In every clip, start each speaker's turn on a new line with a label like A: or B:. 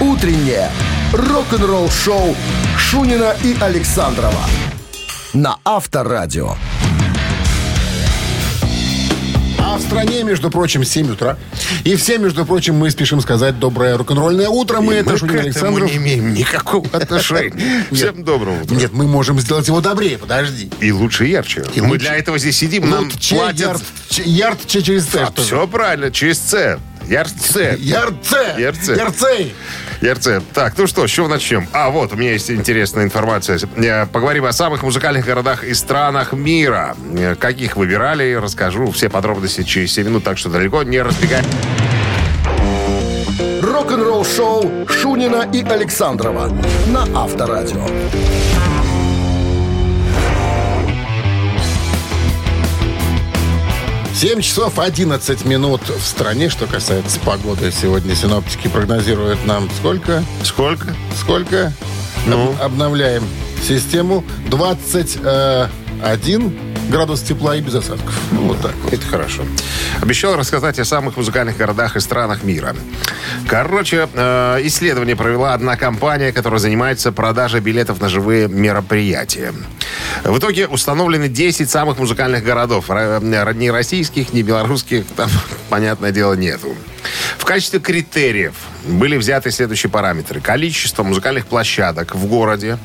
A: утреннее рок-н-ролл-шоу Шунина и Александрова на Авторадио.
B: А в стране, между прочим, 7 утра. И все, между прочим, мы спешим сказать доброе рок-н-ролльное утро. Мы,
C: И
B: это
C: мы
B: Шунин
C: к этому
B: Александров.
C: не имеем никакого отношения. Всем доброго. утра.
B: Нет, мы можем сделать его добрее, подожди.
C: И лучше и ярче.
B: И
C: мы
B: лучше.
C: для этого здесь сидим, нам
B: Лут че,
C: платят. А,
B: ярд, че, ярд, че через Т. что ли?
C: Все правильно, через С. Ярд С.
B: Ярд Ц.
C: Ярце.
B: Ярд Цей.
C: Ярцев. Так, ну что, с чего начнем? А, вот, у меня есть интересная информация. Э, Поговорим о самых музыкальных городах и странах мира. Э, Каких выбирали, расскажу все подробности через 7 минут, так что далеко не разбегай.
A: Рок-н-ролл-шоу Шунина и Александрова на Авторадио.
B: 7 часов 11 минут в стране. Что касается погоды, сегодня синоптики прогнозируют нам сколько?
C: Сколько?
B: Сколько?
C: Ну?
B: Об- обновляем систему. 21 градус тепла и без осадков. Ну, вот так вот.
C: Это хорошо. Обещал рассказать о самых музыкальных городах и странах мира. Короче, э, исследование провела одна компания, которая занимается продажей билетов на живые мероприятия. В итоге установлены 10 самых музыкальных городов. Ра- Ни российских, ни белорусских, там, понятное дело, нету. В качестве критериев были взяты следующие параметры. Количество музыкальных площадок в городе,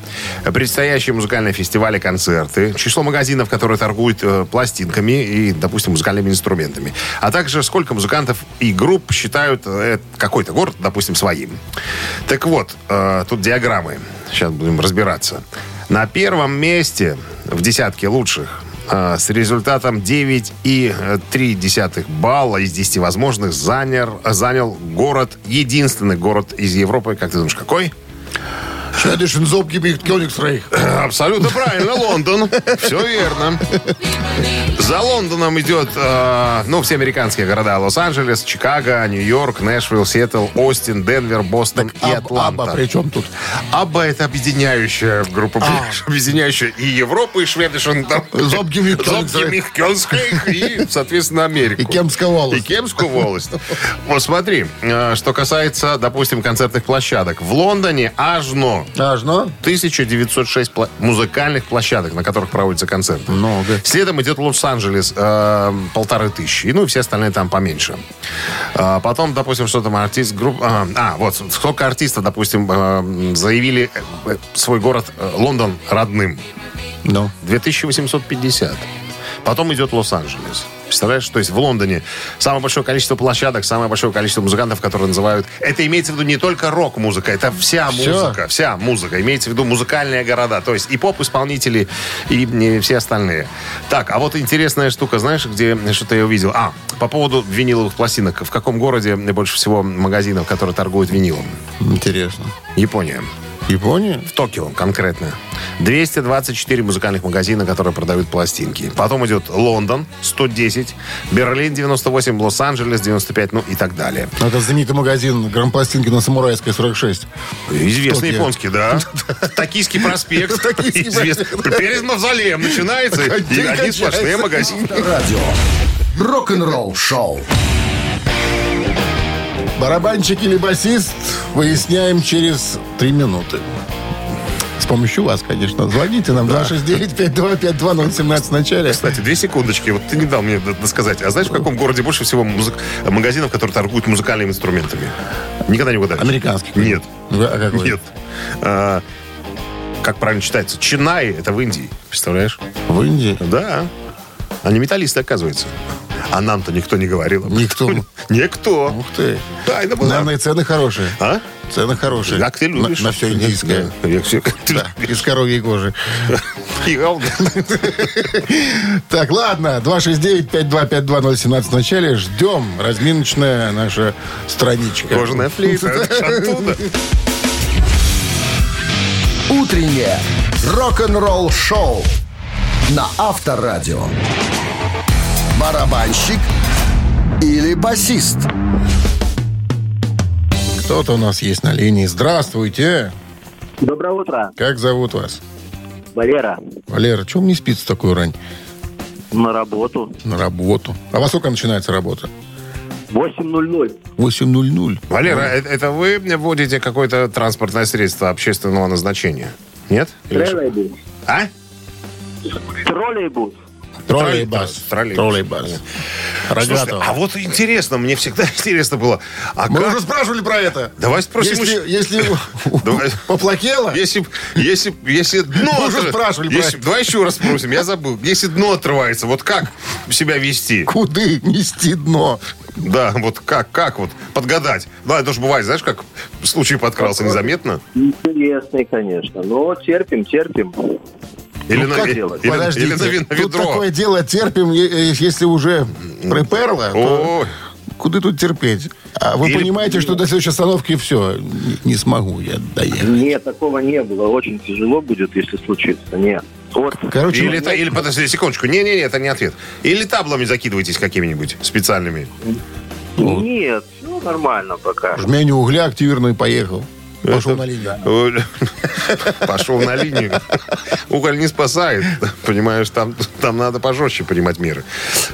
C: предстоящие музыкальные фестивали, концерты, число магазинов, которые торгуют э, пластинками и, допустим, музыкальными инструментами, а также сколько музыкантов и групп считают э, какой-то город, допустим, своим. Так вот, э, тут диаграммы. Сейчас будем разбираться. На первом месте в десятке лучших э, с результатом 9,3 балла из 10 возможных занял, занял город, единственный город из Европы, как ты думаешь, какой? Абсолютно правильно, Лондон. Все верно. За Лондоном идет, э, ну, все американские города. Лос-Анджелес, Чикаго, Нью-Йорк, Нэшвилл, Сиэтл, Остин, Денвер, Бостон и
B: Аб-
C: Атланта.
B: Аба при чем тут?
C: Абба это объединяющая
B: А.
C: группа, понимаешь, объединяющая и Европу, и Шведишн, там,
B: Зобги Михкёнск.
C: Зобги Михкёнск, и, соответственно, Америку.
B: И Кемская волость.
C: И Кемскую волость. Вот смотри, э, что касается, допустим, концертных площадок. В Лондоне аж но
B: Аж, ну?
C: 1906 пла- музыкальных площадок, на которых проводятся концерты.
B: Много.
C: Следом идет Лос-Анджелес, э, полторы тысячи. И, Ну, и все остальные там поменьше. А, потом, допустим, что там артист, группа... А, вот, сколько артистов, допустим, э, заявили э, свой город э, Лондон родным.
B: Ну.
C: 2850. Потом идет Лос-Анджелес. Представляешь, то есть в Лондоне самое большое количество площадок, самое большое количество музыкантов, которые называют... Это имеется в виду не только рок-музыка, это вся
B: Всё.
C: музыка, вся музыка. Имеется в виду музыкальные города, то есть и поп-исполнители, и, м, все остальные. Так, а вот интересная штука, знаешь, где что-то я увидел? А, по поводу виниловых пластинок. В каком городе больше всего магазинов, которые торгуют винилом?
B: Интересно.
C: Япония.
B: Япония?
C: В Токио конкретно. 224 музыкальных магазина, которые продают пластинки. Потом идет Лондон, 110, Берлин, 98, Лос-Анджелес, 95, ну и так далее.
B: Ну, Это знаменитый магазин грампластинки на Самурайской 46.
C: Известный
B: Токио.
C: японский, да. Токийский проспект.
B: Токийский
C: Известный. Перед мавзолеем начинается. И
B: Кончается.
C: один сплошные магазины.
A: Радио. Рок-н-ролл-шоу.
B: Барабанщик или басист выясняем через 3 минуты. С помощью вас, конечно. Звоните нам 269-525-2017 в начале.
C: Кстати, две секундочки. Вот ты не дал мне д- сказать. А знаешь, в каком городе больше всего музык- магазинов, которые торгуют музыкальными инструментами? Никогда не угадаешь.
B: Американский.
C: Нет.
B: Ну, а какой?
C: Нет. А, как правильно читается? Чинай, это в Индии. Представляешь?
B: В Индии.
C: Да. Они металлисты, оказывается. А нам-то никто не говорил. об этом.
B: Никто.
C: Никто.
B: Ух ты.
C: Тайна была.
B: Наверное, и цены хорошие.
C: А?
B: Цены хорошие.
C: Как ты любишь.
B: На, все индийское.
C: Да, я всё- как ты
B: Да, из коровьей кожи.
C: И говно.
B: Так, ладно, 269-525-2017 в начале. Ждем. Разминочная наша страничка.
C: Кожаная флейта. Это ж оттуда.
A: Утреннее рок-н-ролл-шоу на Авторадио. Барабанщик или басист?
B: Кто-то у нас есть на линии. Здравствуйте.
D: Доброе утро,
B: Как зовут вас?
D: Валера.
B: Валера, чем не спится такую рань?
D: На работу
B: На работу. А во сколько начинается работа?
D: в 8.00.
B: 8.00.
C: Валера, э- это вы вводите какое-то транспортное средство общественного назначения? Нет? Или что?
D: Троллейбус.
C: А?
D: Троллейбус.
B: Троллейбас.
C: Троллейбус.
B: Троллейбас.
C: Слушайте,
B: Рогатого.
C: а вот интересно, мне всегда интересно было. А
B: Мы
C: как-
B: уже спрашивали про это.
C: Давай спросим у
B: Если,
C: щ-
B: если
C: Давай.
B: поплакело,
C: Если, б- если, б- если дно...
B: Мы уже
C: отр-
B: спрашивали про
C: если,
B: это.
C: Давай еще раз спросим, я забыл. Если дно отрывается, вот как себя вести?
B: куды нести дно?
C: Да, вот как, как вот подгадать? Да, это же бывает, знаешь, как случай подкрался незаметно.
D: Интересный, конечно. Но терпим, терпим.
C: Или, на,
D: Ну, как
C: или-
D: делать?
C: или на
B: Подождите,
C: ви- на
B: тут
C: ведро.
B: такое дело терпим, е- э, если уже приперло, то
C: Ой.
B: куда тут терпеть? А вы
C: Или-
B: понимаете, что до следующей остановки все, не, не смогу я доехать.
D: Нет, такого не было. Очень тяжело будет, если случится. Нет. Вот.
B: Короче,
C: Или, та- или подожди секундочку. Не-не-не, это не ответ. Или таблами закидывайтесь какими-нибудь специальными.
D: Нет, ну нормально пока.
B: жмение угля активированный поехал. Пошел на линию.
C: Пошел на линию. Уголь не спасает. Понимаешь, там, там надо пожестче принимать меры.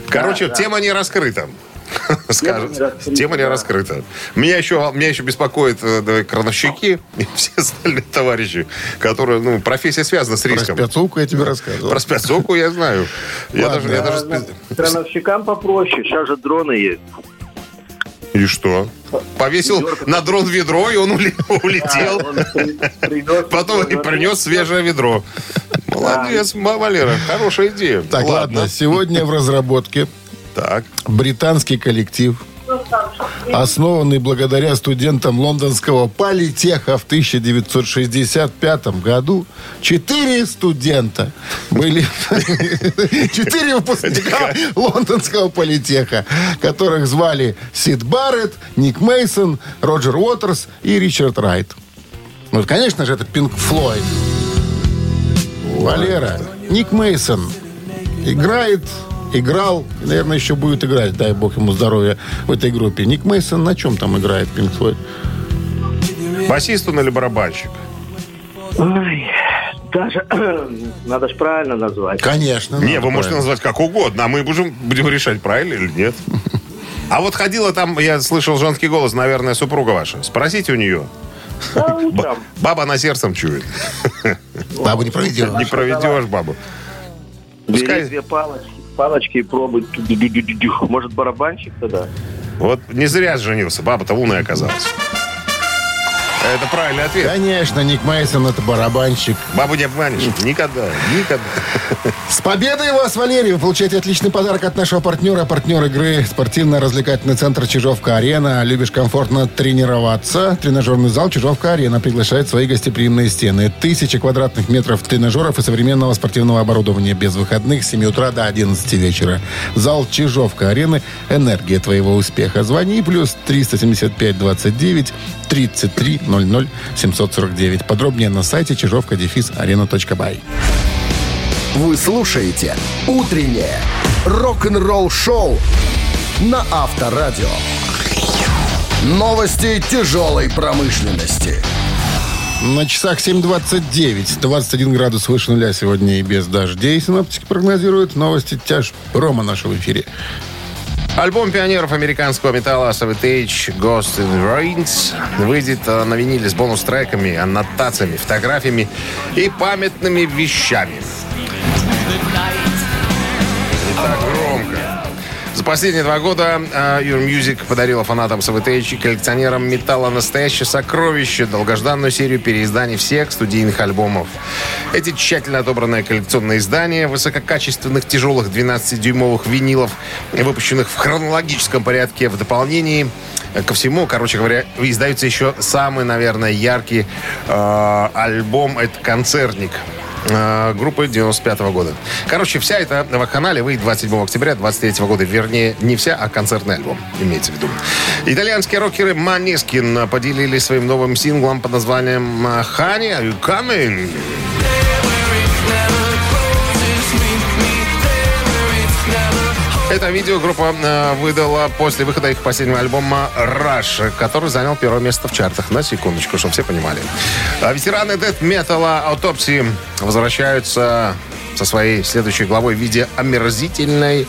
C: Короче, тема не раскрыта. Скажет.
D: не раскрыта,
C: Тема не
D: да.
C: раскрыта. Меня еще, меня еще беспокоит э, да, крановщики и все остальные товарищи, которые, ну, профессия связана с
B: Про
C: риском.
B: спецовку я тебе рассказывал.
C: Про спецовку я знаю. Я даже, я даже спе-
D: Крановщикам попроще, сейчас же дроны есть.
C: И что? Повесил на дрон ведро, и он уле- улетел.
D: Он при- принёс-
C: Потом и принес свежее ведро. Молодец, ма- Валера. Хорошая идея.
B: Так, ладно, сегодня в разработке
C: Так.
B: британский коллектив, основанный благодаря студентам лондонского политеха в 1965 году. Четыре студента были... Четыре выпускника лондонского политеха, которых звали Сид Барретт, Ник Мейсон, Роджер Уотерс и Ричард Райт. Ну, конечно же, это Пинк Флойд. Валера, Ник Мейсон играет, играл, и, наверное, еще будет играть, дай бог ему здоровья в этой группе. Ник Мейсон на чем там играет Pink Floyd?
C: Басист он или барабанщик?
D: Ой, даже надо же правильно назвать.
B: Конечно.
C: Не,
B: надо
C: вы можете
B: правильно.
C: назвать как угодно, а мы будем, будем решать, правильно или нет. А вот ходила там, я слышал женский голос, наверное, супруга ваша. Спросите у нее.
D: Да, ну, утром.
C: Баба на сердцем чует.
B: Бабу не проведешь.
C: Не проведешь бабу.
D: Бери
C: Пускай-
D: две палочки, палочки и пробуй. Ту-ду-ду-ду-дю. Может, барабанщик тогда?
C: Вот не зря женился. Баба-то умная оказалась. Это правильный ответ.
B: Конечно, Ник Мейсон это барабанщик.
C: Бабу не обманешь. Никогда. Никогда.
B: С победой вас, Валерий! Вы получаете отличный подарок от нашего партнера, партнер игры спортивно-развлекательный центр «Чижовка-арена». Любишь комфортно тренироваться? Тренажерный зал «Чижовка-арена» приглашает в свои гостеприимные стены. Тысячи квадратных метров тренажеров и современного спортивного оборудования без выходных с 7 утра до 11 вечера. Зал «Чижовка-арены» – энергия твоего успеха. Звони плюс 375-29 33 00 749. Подробнее на сайте чижовка-арена.бай.
A: Вы слушаете «Утреннее рок-н-ролл-шоу» на Авторадио. Новости тяжелой промышленности.
B: На часах 7.29. 21 градус выше нуля сегодня и без дождей. Синоптики прогнозируют новости тяж Рома нашего эфире.
C: Альбом пионеров американского металла Sabotage Ghost in Ruins выйдет э, на виниле с бонус-треками, аннотациями, фотографиями и памятными вещами. Не так громко. За последние два года э, Your Music подарила фанатам Sabotage и коллекционерам металла настоящее сокровище, долгожданную серию переизданий всех студийных альбомов. Эти тщательно отобранные коллекционные издания высококачественных тяжелых 12-дюймовых винилов, выпущенных в хронологическом порядке в дополнении э, ко всему, короче говоря, издаются еще самый, наверное, яркий э, альбом, это концертник э, группы 95 года. Короче, вся эта вакханалия выйдет 27 октября 23 года. Вернее, не вся, а концертный альбом, имеется в виду. Итальянские рокеры Манискин поделились своим новым синглом под названием э, «Honey, are you coming?» Это видео группа э, выдала после выхода их последнего альбома «Rush», который занял первое место в чартах. На секундочку, чтобы все понимали. А Ветераны дэт-металла «Аутопсии» возвращаются со своей следующей главой в виде омерзительной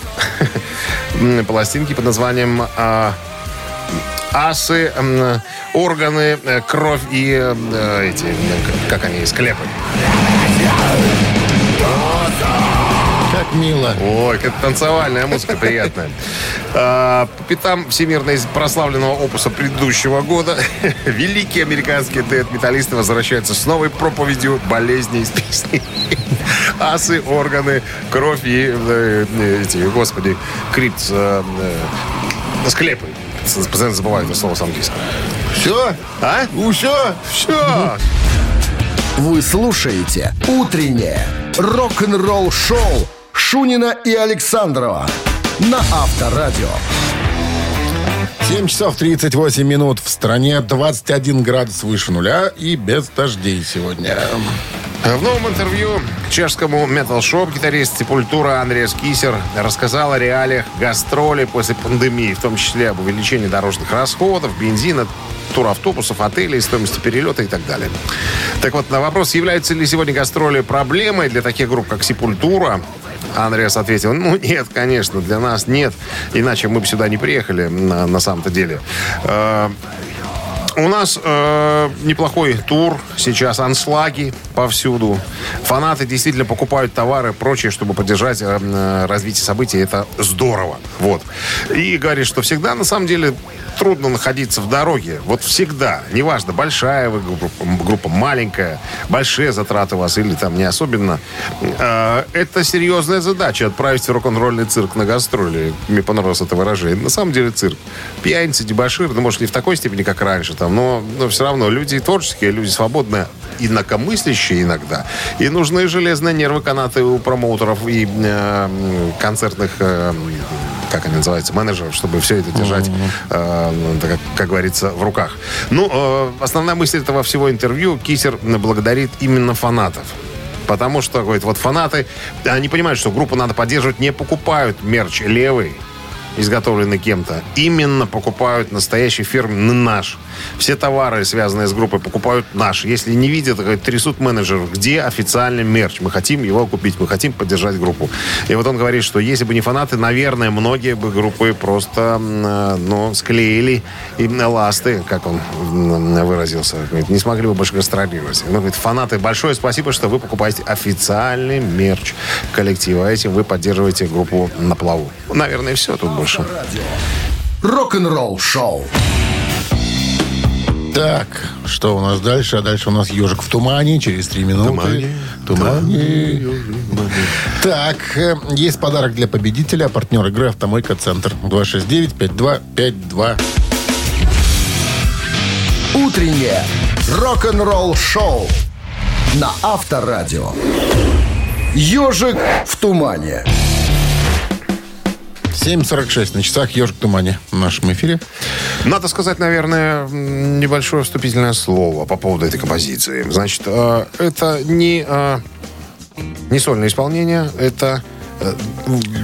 C: м, пластинки под названием э, асы, м, органы, э, кровь и э, эти, м, как они, склепы.
B: Как мило.
C: Ой, как танцевальная музыка приятная. А, По пятам всемирно из- прославленного опуса предыдущего года великие американские дуэт-металлисты возвращаются с новой проповедью болезней из песни. Асы, органы, кровь и э, э, эти, господи, крипт, э, э, склепы. С- Постоянно забываю это слово с английского.
B: Все?
C: А?
B: Все?
C: Все.
A: Вы слушаете «Утреннее рок-н-ролл-шоу» Шунина и Александрова на Авторадио.
B: 7 часов 38 минут. В стране 21 градус выше нуля и без дождей сегодня.
C: В новом интервью чешскому Metal Shop гитарист Сепультура Андреас Кисер рассказал о реалиях гастролей после пандемии, в том числе об увеличении дорожных расходов, бензина, туравтобусов, отелей, стоимости перелета и так далее. Так вот, на вопрос, являются ли сегодня гастроли проблемой для таких групп, как Сепультура, Андреас ответил, ну нет, конечно, для нас нет, иначе мы бы сюда не приехали на, на самом-то деле. Э, у нас э, неплохой тур. Сейчас аншлаги повсюду. Фанаты действительно покупают товары и прочее, чтобы поддержать э, э, развитие событий. Это здорово. Вот. И говорит, что всегда на самом деле трудно находиться в дороге. Вот всегда. Неважно, большая вы группа, группа маленькая, большие затраты у вас или там не особенно. Э, это серьезная задача отправить в рок-н-ролльный цирк на гастроли. Мне понравилось это выражение. На самом деле цирк. Пьяницы, дебошир, ну, может, не в такой степени, как раньше, там, но, но все равно люди творческие, люди свободные, инакомыслящие иногда. И нужны железные нервы, канаты у промоутеров и э, м, концертных э, как они называются, менеджеров, чтобы все это держать, э, ну, так как, как говорится, в руках. Ну, э, основная мысль этого всего интервью Кисер благодарит именно фанатов. Потому что, говорит, вот фанаты, они понимают, что группу надо поддерживать, не покупают мерч левый, изготовленный кем-то. Именно покупают настоящий фирменный наш. Все товары, связанные с группой, покупают наш. Если не видят, говорит, трясут менеджеров, где официальный мерч. Мы хотим его купить, мы хотим поддержать группу. И вот он говорит, что если бы не фанаты, наверное, многие бы группы просто м, э, ну, склеили именно ласты, как он м, м, выразился. Говорит, не смогли бы больше гастролировать. Ну, говорит, фанаты, большое спасибо, что вы покупаете официальный мерч коллектива. Этим вы поддерживаете группу на плаву. Наверное, все тут больше.
A: Рок-н-ролл-шоу.
B: Так, что у нас дальше? А дальше у нас ежик в тумане через 3 минуты.
C: Тумане,
B: Тумане. Так, э, есть подарок для победителя. Партнер игры «Автомойка Центр». 269-5252.
A: «Утреннее рок-н-ролл-шоу» на Авторадио. «Ежик в тумане».
B: 7.46 на часах «Ежик в тумане» в нашем эфире.
C: Надо сказать, наверное, м, небольшое вступительное слово по поводу этой композиции. Значит, э, это не, э, не сольное исполнение, это э,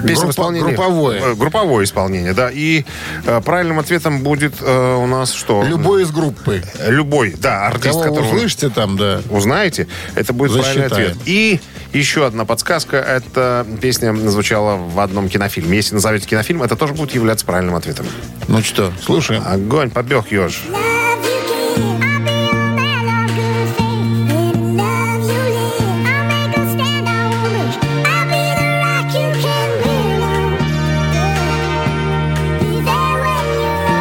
C: песня в
B: Группа-
C: исполнении-
B: групповое.
C: Э, Групповое исполнение, да. И э, правильным ответом будет э, у нас что?
B: Любой из группы.
C: Любой, да, артист,
B: Кого вы
C: которого...
B: услышите там, да.
C: узнаете, это будет
B: Засчитаем.
C: правильный ответ. И еще одна подсказка. Эта песня звучала в одном кинофильме. Если назовете кинофильм, это тоже будет являться правильным ответом.
B: Ну что, слушаем.
C: Огонь, побег, еж.
E: Love you give, I be a man of good faith. In love you live, I make 'em stand out rich. I'll be the rock you can build on. Be there when you rose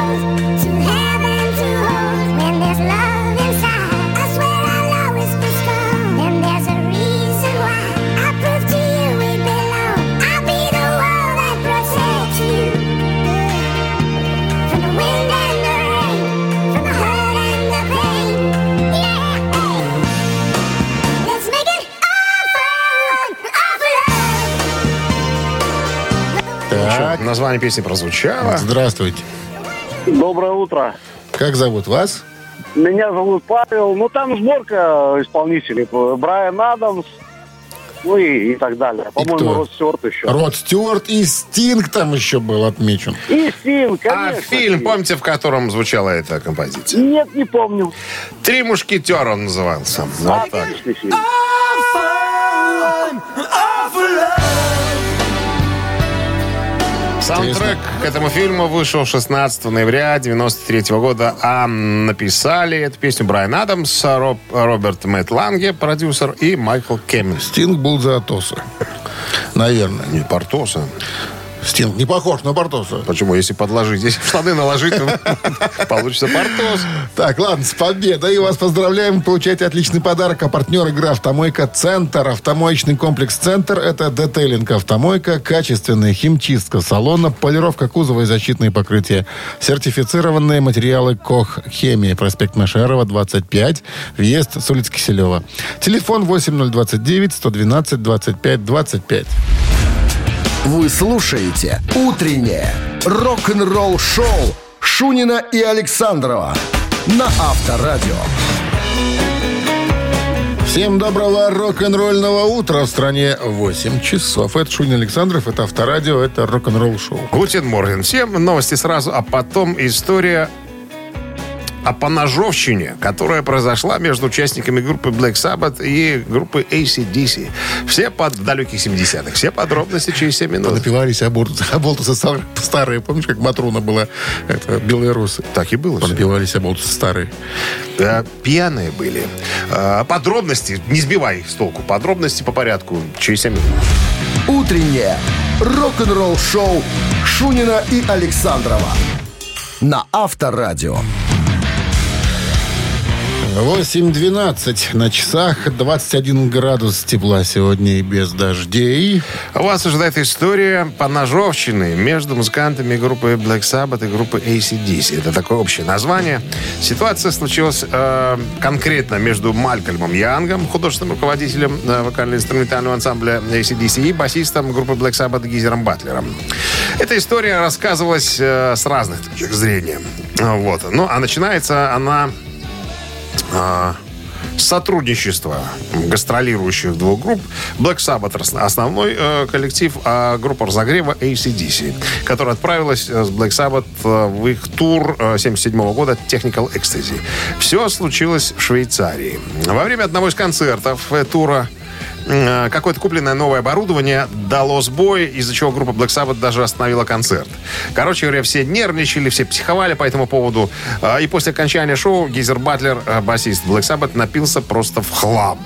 E: to heaven to hold. When there's love inside, I swear I'll always be strong. And there's a reason why I prove to you we belong. I'll be the wall that protects you. From the wind and the rain, from the hurt and the pain. Yeah, let's make it awful, awful.
B: Так,
C: Чё, Название песни
B: ну
C: прозвучало.
B: здравствуйте.
D: Доброе утро.
B: Как зовут вас?
D: Меня зовут Павел. Ну, там сборка исполнителей. Брайан Адамс, ну и, и так далее.
B: кто? А,
D: По-моему, Рос Стюарт еще.
B: Род Стюарт и Стинг там еще был отмечен.
D: И Стинг,
C: А
D: конечно.
C: фильм,
D: Стинг.
C: помните, в котором звучала эта композиция?
D: Нет, не помню.
C: «Три мушкетера» он назывался. Вот А, так.
D: Отличный фильм.
C: Саундтрек к этому фильму вышел 16 ноября 93 года, а написали эту песню Брайан Адамс, Роб- Роберт Мэтт Ланге, продюсер, и Майкл Кемминс.
B: Стинг был за Атоса. Наверное.
C: Не Портоса.
B: Стинг не похож на Бартоса.
C: Почему? Если подложить, если в штаны наложить, то получится Портос.
B: Так, ладно, с победой вас поздравляем. Получаете отличный подарок. А партнер игры «Автомойка Центр». Автомоечный комплекс «Центр» — это детейлинг автомойка, качественная химчистка салона, полировка кузова и защитные покрытия. Сертифицированные материалы «Кох Хемии». Проспект Машерова, 25. Въезд с улицы Киселева. Телефон 8029-112-25-25.
A: Вы слушаете «Утреннее рок-н-ролл-шоу» Шунина и Александрова на Авторадио.
B: Всем доброго рок-н-ролльного утра. В стране 8 часов. Это Шунин Александров, это Авторадио, это рок-н-ролл шоу.
C: Гутен Морген. Всем новости сразу, а потом история о поножовщине, которая произошла между участниками группы Black Sabbath и группы ACDC. Все под в далеких 70-х. Все подробности через 7 минут.
B: Напивались абортусы. Аболтусы стар- старые. Помнишь, как Матрона была? Это, белые русы.
C: Так и было. всё.
B: Напивались аболтусы старые.
C: Э, Пьяные были. Э, Подробности, не сбивай с толку, подробности по порядку через 7 минут.
A: Утреннее рок-н-ролл-шоу Шунина и Александрова на Авторадио.
B: 8.12 на часах. 21 градус тепла сегодня и без дождей.
C: Вас ожидает история поножовщины между музыкантами группы Black Sabbath и группы ACDC. Это такое общее название. Ситуация случилась э, конкретно между Малькольмом Янгом, художественным руководителем э, вокально-инструментального ансамбля ACDC, и басистом группы Black Sabbath Гизером Батлером. Эта история рассказывалась э, с разных точек зрения. Э, Вот. Ну, а начинается она а, сотрудничество гастролирующих двух групп. Black Sabbath рас- основной э, коллектив, а группа разогрева ACDC, которая отправилась э, с Black Sabbath э, в их тур 1977 года Technical Ecstasy. Все случилось в Швейцарии. Во время одного из концертов э, тура э, какое-то купленное новое оборудование дало сбой, из-за чего группа Black Sabbath даже остановила концерт. Короче говоря, все нервничали, все психовали по этому поводу. Э, И после окончания шоу Гейзер Батлер, э, басист Black Sabbath, напился просто в хлам.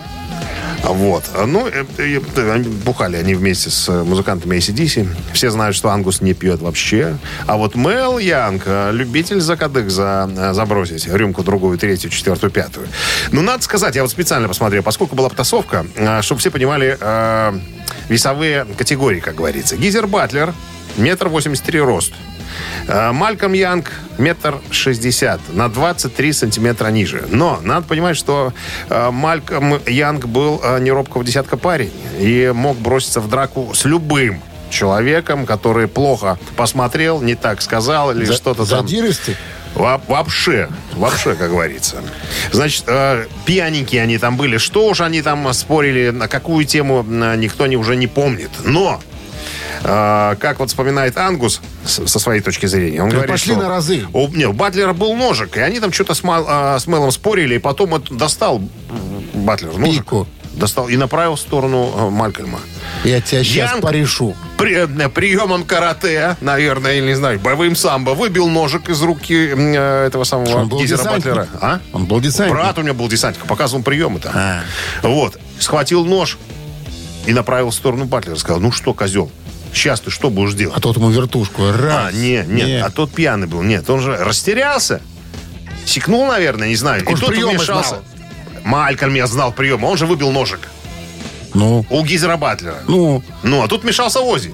C: Вот. Ну, э, э, э, они бухали они вместе с э, музыкантами ACDC. Все знают, что Ангус не пьет вообще. А вот Мел Янг, э, любитель за кадык за, э, забросить рюмку другую, третью, четвертую, пятую. Ну, надо сказать, я вот специально посмотрел, поскольку была потасовка, чтобы все понимали э, весовые категории, как говорится. Гизер Батлер, метр восемьдесят три рост. Э, Мальком Янг метр шестьдесят, на 23 сантиметра ниже. Но надо понимать, что э, Мальком Янг был э, неробкого десятка парень и мог броситься в драку с любым человеком, который плохо посмотрел, не так сказал или
B: За-
C: что-то там.
B: Задиристый?
C: Во- Вообще, вообще, как говорится. Значит, э, пьяненькие они там были. Что уж они там спорили, на какую тему э, никто не, уже не помнит. Но, э, как вот вспоминает Ангус с- со своей точки зрения, он говорит,
B: пошли
C: что
B: на разы.
C: У, не, у Батлера был ножик, и они там что-то с, Мал- э, с Мелом спорили, и потом вот достал Батлер ножик.
B: Пику.
C: Достал и направил в сторону э, Малькольма.
B: Я тебя сейчас
C: Янг-
B: порешу.
C: При- э, приемом карате, наверное, или не знаю, боевым самбо, выбил ножик из руки м, э, этого самого
B: Он был
C: Гизера
B: десантник.
C: Батлера. А?
B: Он был десантник. А.
C: Брат у меня был десантник, показывал приемы там. Вот, схватил нож и направил в сторону Батлера. Сказал, ну что, козел, сейчас ты что будешь делать?
B: А тот ему вертушку. Раз.
C: А, не, нет,
B: Не.
C: а тот пьяный был. Нет, он же растерялся. Секнул, наверное, не знаю.
B: он
C: и тот
B: приемы
C: вмешался.
B: знал.
C: Малькольм я знал прием, он же выбил ножик
B: Ну,
C: у Гизера Батлера.
B: ну,
C: Ну, а тут мешался Ози.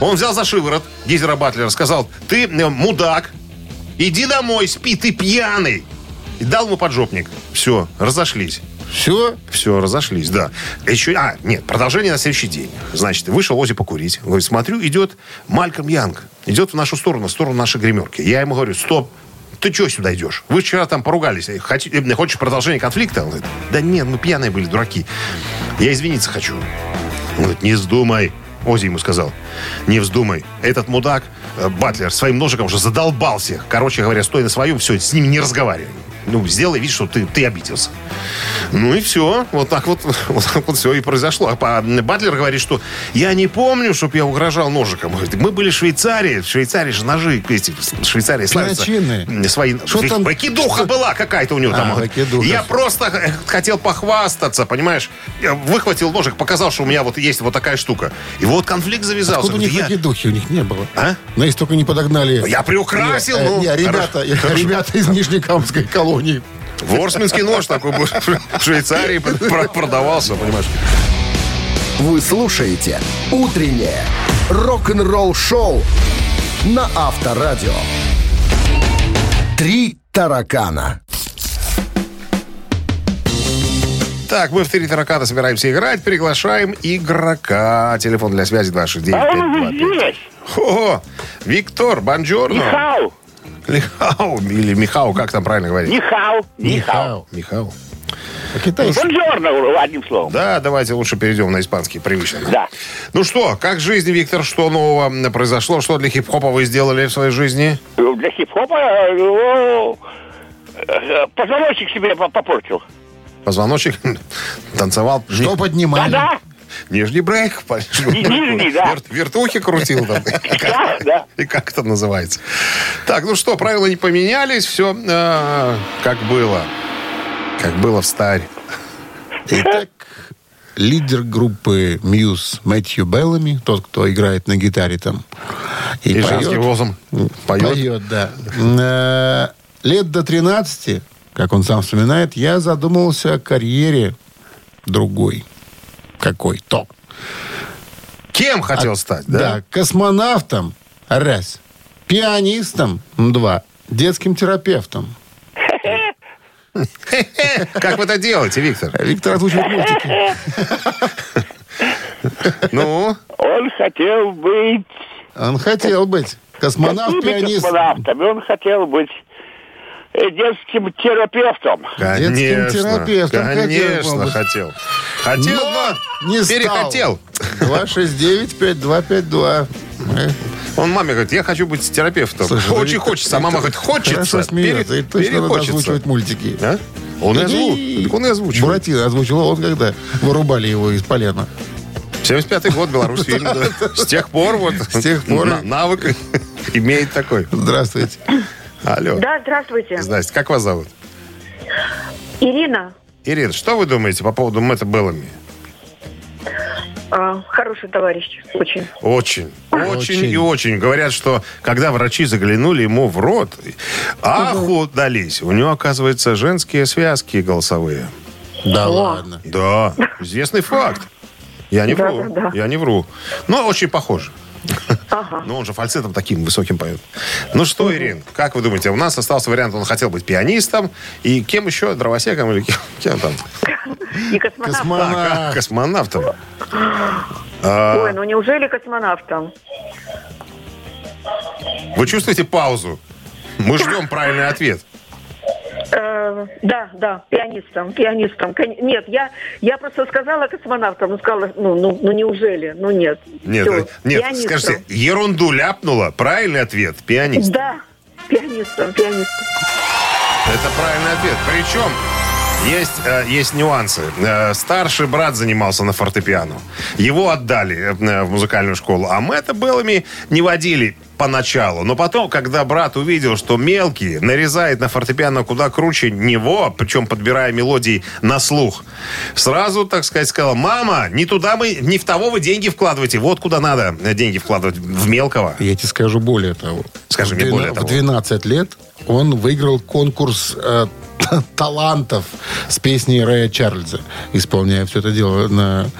C: Он взял за шиворот Гизера Батлера, сказал, ты э, мудак, иди домой, спи, ты пьяный. И дал ему поджопник. Все, разошлись.
B: все.
C: Все, разошлись, да. Еще, а, нет, продолжение на следующий день. Значит, вышел Ози покурить. Говорит, смотрю, идет Мальком Янг. Идет в нашу сторону, в сторону нашей гримерки. Я ему говорю, стоп, ты чего сюда идешь? Вы вчера там поругались. Э, хоти- э, Хочешь продолжение конфликта? Он говорит, да нет, мы пьяные были, дураки. Я извиниться хочу. Он говорит, не вздумай. Ози ему сказал, не вздумай. Этот мудак, э, Батлер, своим ножиком уже задолбал всех. Короче говоря, стой на своем, все, с ним не разговаривай. ну, сделай вид, что ты, ты обиделся. Ну и все. Вот так вот, вот, так вот все и произошло. А по- Батлер говорит, что я не помню, чтобы я угрожал ножиком. Говорит, мы были в Швейцарии. В Швейцарии же ножи, эти, в Швейцарии славятся.
B: Перочинные.
C: Свои,
B: Что там? А,
C: Выкидуха была какая-то у него там.
B: выкидуха.
C: Я просто э, хотел похвастаться, понимаешь? Я выхватил ножик, показал, что у меня вот есть вот такая штука. И вот конфликт завязался.
B: Откуда у них
C: Говорит, я-
B: такие духи? У них не было.
C: А?
B: Но если только не подогнали...
C: Я приукрасил,
B: Не, э,
C: ну,
B: не, ребята,
C: хорошо, хорошо.
B: ребята из Нижнекамской колонии.
C: Ворсминский нож такой был в Швейцарии про- продавался, понимаешь?
A: Вы слушаете «Утреннее рок-н-ролл-шоу» на Авторадио. «Три таракана».
C: Так, мы в три таракана собираемся играть. Приглашаем игрока. Телефон для связи 269
F: А он уже
C: 525.
F: здесь.
C: О, Виктор, бонжорно.
F: Нихау.
C: Михау. Или Михау, как там правильно говорить?
F: Нихау. Нихау.
C: Михау.
B: По-китайски.
F: Бонжорно, одним словом.
C: Да, давайте лучше перейдем на испанский, привычно.
F: Да.
C: Ну что, как жизнь, Виктор, что нового произошло? Что для хип-хопа вы сделали в своей жизни?
F: Для хип-хопа э, его, э, позвоночник себе по- попортил.
C: Позвоночник танцевал.
B: Что поднимали?
F: Да-да.
C: Нижний брейк. понимаешь?
F: Ни- нижний, да.
C: Вер- Вертухи крутил там. И как-
F: да.
C: И как это называется. Так, ну что, правила не поменялись, все как было. Как было в старь.
B: Итак, лидер группы Мьюз Мэтью Беллами, тот, кто играет на гитаре там и,
C: И
B: поет,
C: женским возом поет.
B: поет, да. Э, Лет до 13, как он сам вспоминает, я задумывался о карьере другой. Какой-то.
C: Кем хотел стать, да?
B: А, Да, космонавтом – раз, пианистом – два, детским терапевтом.
C: Э, Как вы это делаете, Виктор?
B: А Виктор озвучивает мультики.
C: Ну,
F: Он хотел быть...
B: Он хотел быть
F: Ну,
B: космонавт,
F: быть
B: пианистом.
F: космонавтом. И Он хотел быть э, детским терапевтом.
B: Детским
C: конечно.
B: терапевтом хотел
C: Конечно,
B: бы.
C: хотел. Хотел,
B: Но
C: но
B: не стал.
C: перехотел.
B: 269-5252. Э,
C: Он маме говорит, я хочу быть терапевтом.
B: слушай, ну,
C: Очень
B: Виктор-
C: хочется. А мама говорит,
B: Хорошо
C: хочется.
B: смеется.
C: пере-
B: И точно надо
C: перехочется».
B: озвучивать мультики.
C: А? Он и
B: И-
C: озвучил. Так Он и озвучил.
B: Буратино озвучил он, когда вырубали его из полена.
C: 75-й год, Беларусь фильм. да. С тех пор вот.
B: С тех пор.
C: на- Навык имеет такой.
B: Здравствуйте.
C: Алло.
G: Да, здравствуйте.
C: Здрасте, как вас зовут?
G: Ирина,
C: Ирина, что вы думаете по поводу Мэтта Беллами?
G: а, хороший товарищ, очень.
C: Очень. Очень
B: Очень.
C: и очень. Говорят, что когда врачи заглянули ему в рот, аху дались. У него, оказывается, женские связки голосовые.
B: Да ладно.
C: Да, известный факт. Я не
G: Да,
C: вру,
G: да, да.
C: я не вру. Но очень похоже.
G: Ага.
C: Но он же фальцетом таким высоким поет. Ну что, Ирин, как вы думаете, у нас остался вариант, он хотел быть пианистом. И кем еще? Дровосеком или кем, кем там?
G: И космонавт.
C: А,
B: Космонавт.
C: космонавтом.
G: Ой, ну неужели космонавтом?
C: Вы чувствуете паузу? Мы ждем правильный ответ.
G: Э, да, да, пианистом, пианистом. Кон- Нет, я, я просто сказала космонавтом, ну, сказала, ну, ну, ну неужели, ну нет.
C: Нет, э,
G: Всё,
C: нет,
G: пианистом.
C: скажите, ерунду ляпнула. Правильный ответ. Пианист.
G: Да, пианистом, пианистом.
C: Это правильный ответ. Причем есть, э, есть нюансы. Э, старший брат занимался на фортепиано. Его отдали э, в музыкальную школу. А мы это Беллами не водили поначалу. Но потом, когда брат увидел, что мелкий нарезает на фортепиано куда круче него, причем подбирая мелодии на слух, сразу, так сказать, сказал, мама, не туда мы, не в того вы деньги вкладываете, вот куда надо э, деньги вкладывать, в мелкого.
B: Я тебе скажу более того.
C: Скажи мне
B: В двена-
C: более того.
B: В 12 лет он выиграл конкурс э, талантов с песней Рэя Чарльза, исполняя все это дело на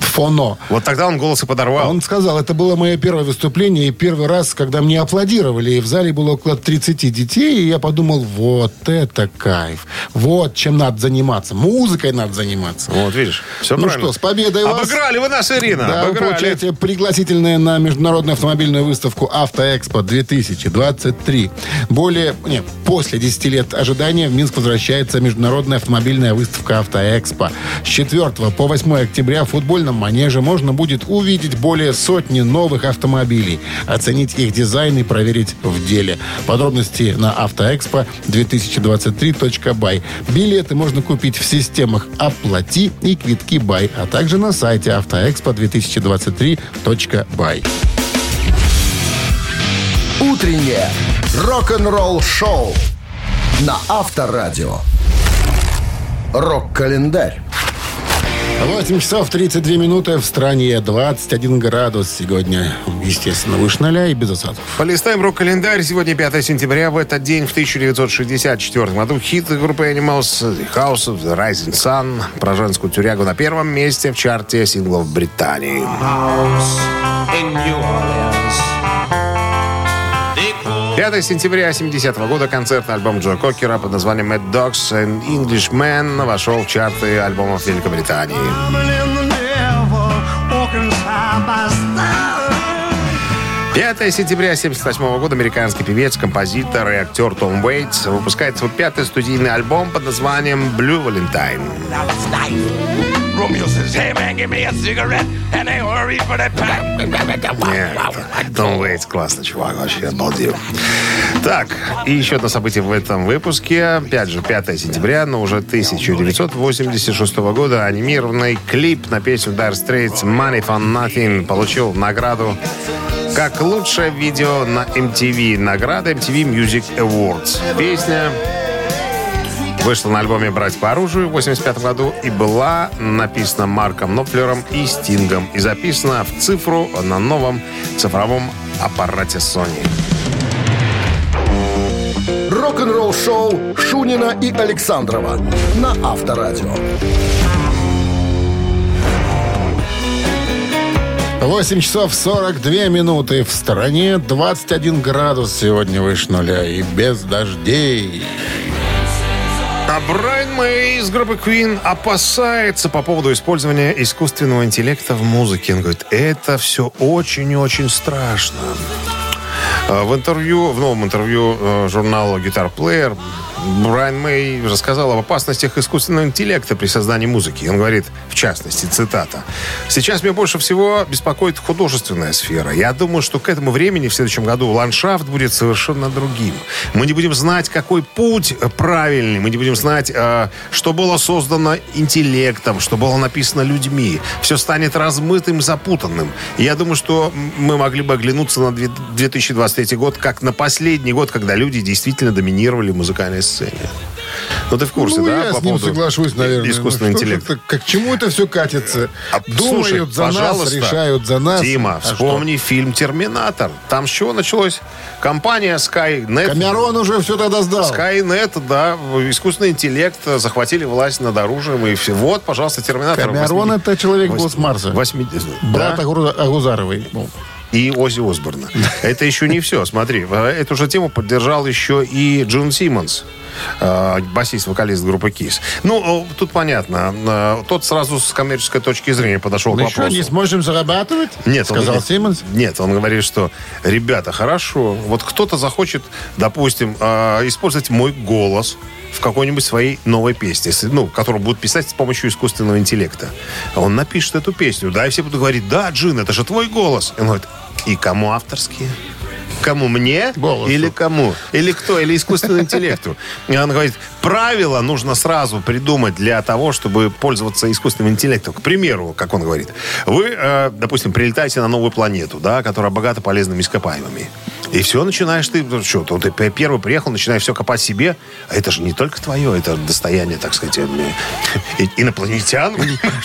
B: фоно.
C: Вот тогда он голос и
B: А
C: подорвал.
B: Он сказал, это было мое первое выступление и первый раз, когда мне аплодировали. И в зале было около 30 детей, и я подумал, вот это кайф. Вот чем надо заниматься. Музыкой надо заниматься.
C: Вот, видишь, все
B: Ну
C: правильно.
B: что, с победой вас.
C: Обыграли вы нас, Ирина,
B: Да, вы
C: обыграли.
B: получаете пригласительные на международную автомобильную выставку «Автоэкспо-2023». Более, не, после 10 лет ожидания в Минск возвращается международная автомобильная выставка «Автоэкспо». С 4 по 8 октября в футбольном матче манеже можно будет увидеть более сотни новых автомобилей, оценить их дизайн и проверить в деле. Подробности на автоэкспо2023.бай. Билеты можно купить в системах «Оплати» и «Квитки Бай», а также на сайте автоэкспо2023.бай.
A: Утреннее рок-н-ролл-шоу на Авторадио. Рок-календарь.
B: 8 часов 32 минуты в стране, 21 градус сегодня, естественно, выше ноля и без осадков.
C: Полистаем рок-календарь. Сегодня 5 сентября. В этот день, в 1964 году, хиты группы Animals, The House of the Rising Sun, про женскую тюрягу на первом месте в чарте синглов Британии.
H: in New Orleans. They call
C: 5 сентября 70 года концертный альбом Джо Кокера под названием Mad Dogs and Englishman вошел в чарты альбомов Великобритании.
H: Carmel in the river, walking side by side.
C: 5 сентября 1978 года американский певец, композитор и актер Том Уэйтс выпускает свой пятый студийный альбом под названием Blue Valentine.
H: Now it's night. Romeo says, hey man, give me a cigarette, and they hurry for that
C: Нет, Том Уэйтс классный чувак, вообще обалдел. Так, и еще одно событие в этом выпуске. Опять же, 5 сентября, но уже 1986 года анимированный клип на песню Dire Straits «Money for Nothing» получил награду как лучшее видео на MTV. Награда MTV Music Awards. Песня вышла на альбоме «Брать по оружию» в 85 году и была написана Марком Нопфлером и Стингом и записана в цифру на новом цифровом аппарате Sony.
A: Рок-н-ролл-шоу Шунина и Александрова на Авторадио.
B: 8 часов 42 минуты в стране, 21 градус сегодня выше нуля и без дождей.
C: А Брайан Мэй из группы Queen опасается по поводу использования искусственного интеллекта в музыке. Он говорит, это все очень и очень страшно. А, В интервью, в новом интервью э, журнала Guitar Player Брайан Мэй рассказал об опасностях искусственного интеллекта при создании музыки. Он говорит, в частности, цитата, «Сейчас меня больше всего беспокоит художественная сфера. Я думаю, что к этому времени, в следующем году, ландшафт будет совершенно другим. Мы не будем знать, какой путь э, правильный, мы не будем знать, э, что было создано интеллектом, что было написано людьми. Все станет размытым, запутанным. И Я думаю, что м, мы могли бы оглянуться на две- 2023 год как на последний год, когда люди действительно доминировали в музыкальной сцене. Ну, ты в курсе,
B: ну,
C: да?
B: я
C: по
B: с ним
C: поводу
B: соглашусь, наверное.
C: Искусственного
B: Ну, что же
C: интеллекта.
B: это, к чему это все катится?
C: А,
B: Думают
C: слушай,
B: за нас,
C: пожалуйста,
B: решают за нас.
C: Дима,
B: А что?
C: вспомни фильм «Терминатор». Там с чего началось? Компания Skynet.
B: Камерон уже все тогда сдал.
C: Skynet, да, искусственный интеллект, э, захватили власть над оружием и все. Вот, пожалуйста, Терминатор.
B: Камерон
C: Восьми-
B: это человек был
C: восьми-
B: с Марса.
C: восьми-
B: Брат
C: да,
B: Агру- Агузаровой. Ну,
C: и Оззи Осборна. Это еще не все. Смотри, э, эту же тему поддержал еще и Джон Симмонс, э, басист, вокалист группы Кис. Ну, э, тут понятно. э, Тот сразу с коммерческой точки зрения подошел
B: мы
C: к
B: еще
C: вопросу.
B: Ну не сможем зарабатывать?
C: Нет, он
B: сказал
C: говорит-
B: Симмонс.
C: Нет, он говорит, что, ребята, хорошо, вот кто-то захочет, допустим, э, использовать мой голос в какой-нибудь своей новой песне, с- ну, которую будут писать с помощью искусственного интеллекта. Он напишет эту песню, да, и все будут говорить, да, Джин, это же твой голос. И он говорит, и кому авторские? Кому мне
B: Голосу.
C: или кому? Или кто? Или искусственному интеллекту? И он говорит, правила нужно сразу придумать для того, чтобы пользоваться искусственным интеллектом. К примеру, как он говорит, вы, э, допустим, прилетаете на новую планету, да, которая богата полезными ископаемыми. И все начинаешь ты, ну, что, ты п- первый приехал, начинаешь все копать себе. А это же не только твое, это достояние, так сказать, э, и- инопланетян.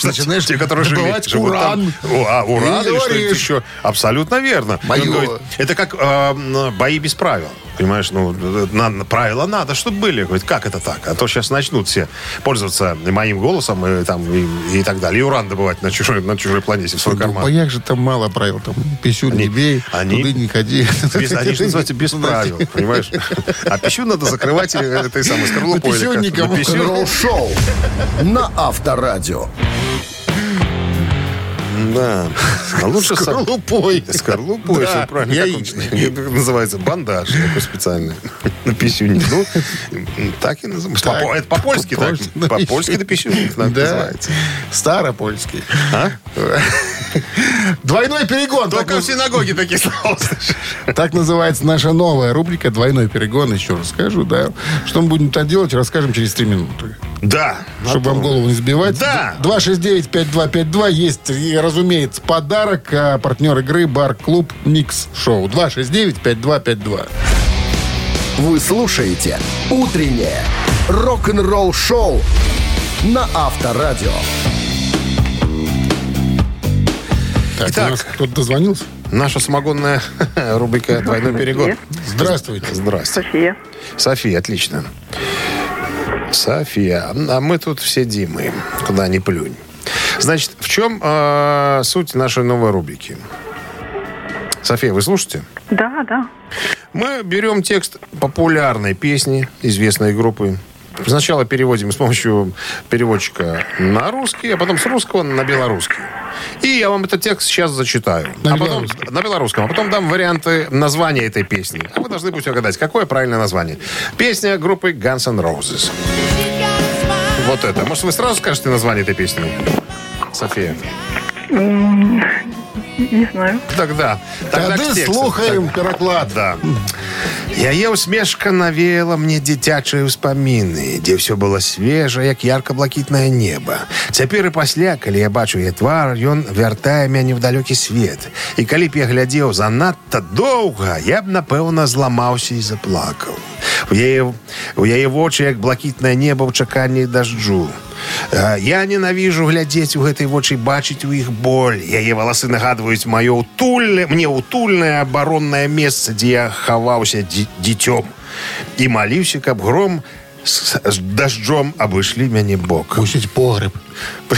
B: Начинаешь
C: Те, которые жили-
B: добывать
C: живут там. О, а, уран или что-нибудь
B: Говоришь.
C: еще. Абсолютно верно.
B: Моё.
C: Он говорит, это как э, м, бои без правил. Понимаешь, ну, э, на- на- правила надо, чтобы были. Говорит, как это так? А то сейчас начнут все пользоваться моим голосом и, там, и, и так далее. И уран добывать на чужой, на чужой планете в свой карман.
B: Бояк «Ну, а же там мало правил. Там пищу не
C: Они-
B: бей,
C: они-
B: туды не ходи.
C: Без, они же называются без правил, понимаешь? А пищу надо закрывать э, этой самой скорлупой.
B: На пищу
C: или как?
B: никому.
C: На пищу.
A: Рок-н-ролл-шоу на Авторадио.
C: Да. А лучше сам-
B: Скорлупой.
C: Скорлупой,
B: Да,
C: всё правильно.
B: яичной.
C: Как он- как называется бандаж такой специальный на писюне. Ну, так и называется.
B: Так.
C: По- Это по-польски так.
B: По-польски на
C: По-польски на писюне так
B: Да.
C: называется.
B: Старопольский.
C: А?
B: Двойной перегон. Так,
C: Только в
B: наз-
C: синагоге такие слова слышишь.
B: так называется наша новая рубрика «Двойной перегон». Еще раз скажу, да. Что мы будем там делать, расскажем через три минуты.
C: Да.
B: Чтобы вам голову не сбивать.
C: Да.
B: 269-5252. Есть, и, разумеется, подарок. А партнер игры «Бар-клуб Микс Шоу». 269-5252.
A: Вы слушаете «Утреннее рок-н-ролл-шоу» на Авторадио.
B: Так,
C: Итак.
B: у нас кто-то дозвонился?
C: Наша самогонная рубрика «Двойной перегон».
B: Здравствуйте.
C: Здравствуйте.
G: София.
C: София, отлично. София, а мы тут все Димы, куда ни плюнь. Значит, в чем э, суть нашей новой рубрики? София, вы слушаете?
G: Да, да.
C: Мы берем текст популярной песни известной группы. Сначала переводим с помощью переводчика на русский, а потом с русского на белорусский. И я вам этот текст сейчас зачитаю.
B: На
C: а потом, на белорусском. А потом дам варианты названия этой песни. А вы должны будете угадать, какое правильное название. Песня группы Guns N' Roses. Вот это. Может, вы сразу скажете название этой песни? София.
G: Не знаю.
C: Тогда. Тогда
B: Тады
C: к тексту.
B: слухаем
C: Тогда.
B: пераклад.
C: Да. Яе усмешка навеяла мне дзіцячыя ўспаміны, дзе все было свежа, як ярка-блакітнае неба. Цяпер і пасля, калі я бачу яе твар, ён вяртае мяне ў далёкі свет. І калі б я глядзеў занадта доўга, я б, напэўна, зламаўся і заплакаў. У яе, у яе вочы як блакітнае неба ў чаканні дажджу. Э, Я ненавижу глядзець у гэтай вочы бачыць у іх боль. Яе валасы нагадваюць маё утульне, мне утульнае абароннае месца, дзе я хаваўся дзі- дзіцём і маліўся, каб гром з з дажджом абышлі мяне бок.
B: Пустить погреб.